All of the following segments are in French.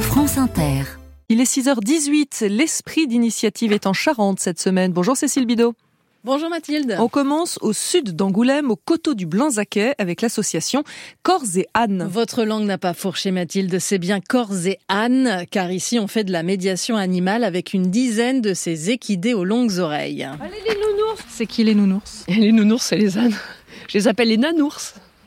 France Inter. Il est 6h18, l'esprit d'initiative est en Charente cette semaine. Bonjour Cécile Bidot. Bonjour Mathilde. On commence au sud d'Angoulême, au coteau du Blanzaquet, avec l'association Corps et Âne. Votre langue n'a pas fourché Mathilde, c'est bien Corps et Âne, car ici on fait de la médiation animale avec une dizaine de ces équidés aux longues oreilles. Allez les nounours C'est qui les nounours Les nounours, c'est les ânes. Je les appelle les nanours.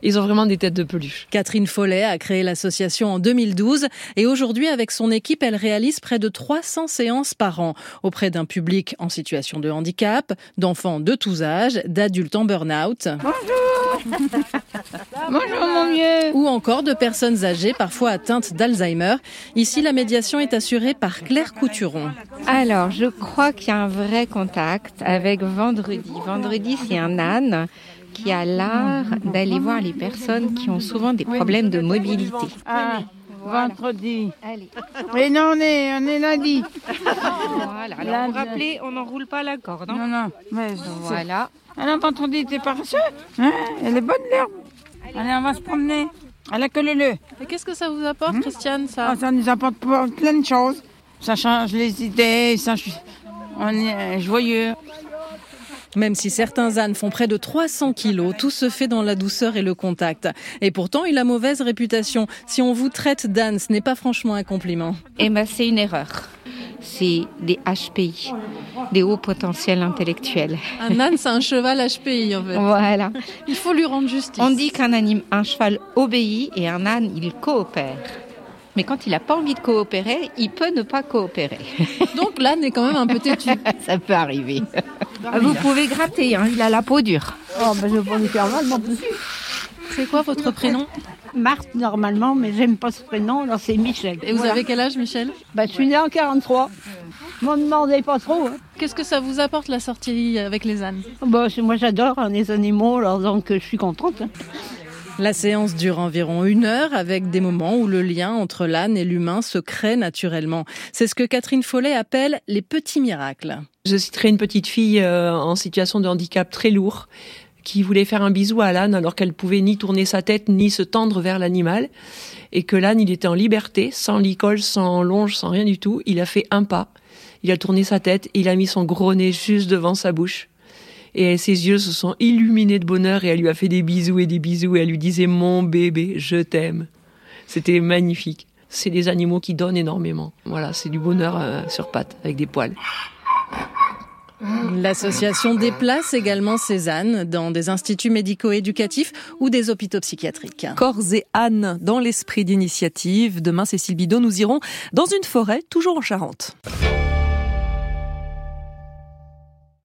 Ils ont vraiment des têtes de peluche. Catherine Follet a créé l'association en 2012 et aujourd'hui, avec son équipe, elle réalise près de 300 séances par an auprès d'un public en situation de handicap, d'enfants de tous âges, d'adultes en burn-out. Bonjour Bonjour mon mieux Ou encore de personnes âgées, parfois atteintes d'Alzheimer. Ici, la médiation est assurée par Claire Couturon. Alors, je crois qu'il y a un vrai contact avec Vendredi. Vendredi, c'est un âne qui a l'art d'aller voir les personnes qui ont souvent des problèmes de mobilité. Ah, vendredi. Allez. Et non, on est, on est lundi. Voilà. Alors, vous rappelez, on n'enroule pas la corde. Non, hein non. Mais Voilà. Alors, quand on dit t'es paresseux, hein, elle est bonne l'herbe. Allez, on va se promener. À la queue leu Qu'est-ce que ça vous apporte, Christiane, ça Ça nous apporte plein de choses. Ça change les idées, ça, on est euh, joyeux. Même si certains ânes font près de 300 kilos, tout se fait dans la douceur et le contact. Et pourtant, il a mauvaise réputation. Si on vous traite d'âne, ce n'est pas franchement un compliment. Eh bien, c'est une erreur. C'est des HPI, des hauts potentiels intellectuels. Un âne, c'est un cheval HPI, en fait. Voilà. Il faut lui rendre justice. On dit qu'un anime- un cheval obéit et un âne, il coopère. Mais quand il n'a pas envie de coopérer, il peut ne pas coopérer. Donc l'âne est quand même un peu têtu. Ça peut arriver. Vous pouvez gratter, hein, il a la peau dure. Oh, ben, je vais pas lui faire mal, non plus. C'est quoi votre prénom Marthe, normalement, mais j'aime pas ce prénom, alors c'est Michel. Et vous avez quel âge, Michel Ben, je suis née en 43. M'en demandez pas trop. Hein. Qu'est-ce que ça vous apporte, la sortie avec les ânes Ben, c'est- moi, j'adore hein, les animaux, alors donc euh, je suis contente. hein. La séance dure environ une heure avec des moments où le lien entre l'âne et l'humain se crée naturellement. C'est ce que Catherine Follet appelle les petits miracles. Je citerai une petite fille euh, en situation de handicap très lourd qui voulait faire un bisou à l'âne alors qu'elle pouvait ni tourner sa tête ni se tendre vers l'animal et que l'âne il était en liberté sans licol, sans longe, sans rien du tout. Il a fait un pas, il a tourné sa tête, il a mis son gros nez juste devant sa bouche et ses yeux se sont illuminés de bonheur et elle lui a fait des bisous et des bisous et elle lui disait mon bébé, je t'aime. C'était magnifique. C'est des animaux qui donnent énormément. Voilà, c'est du bonheur euh, sur pattes avec des poils. L'association déplace également ces ânes dans des instituts médico-éducatifs ou des hôpitaux psychiatriques. Corps et Âne, dans l'esprit d'initiative. Demain, Cécile Bidot, nous irons dans une forêt, toujours en Charente.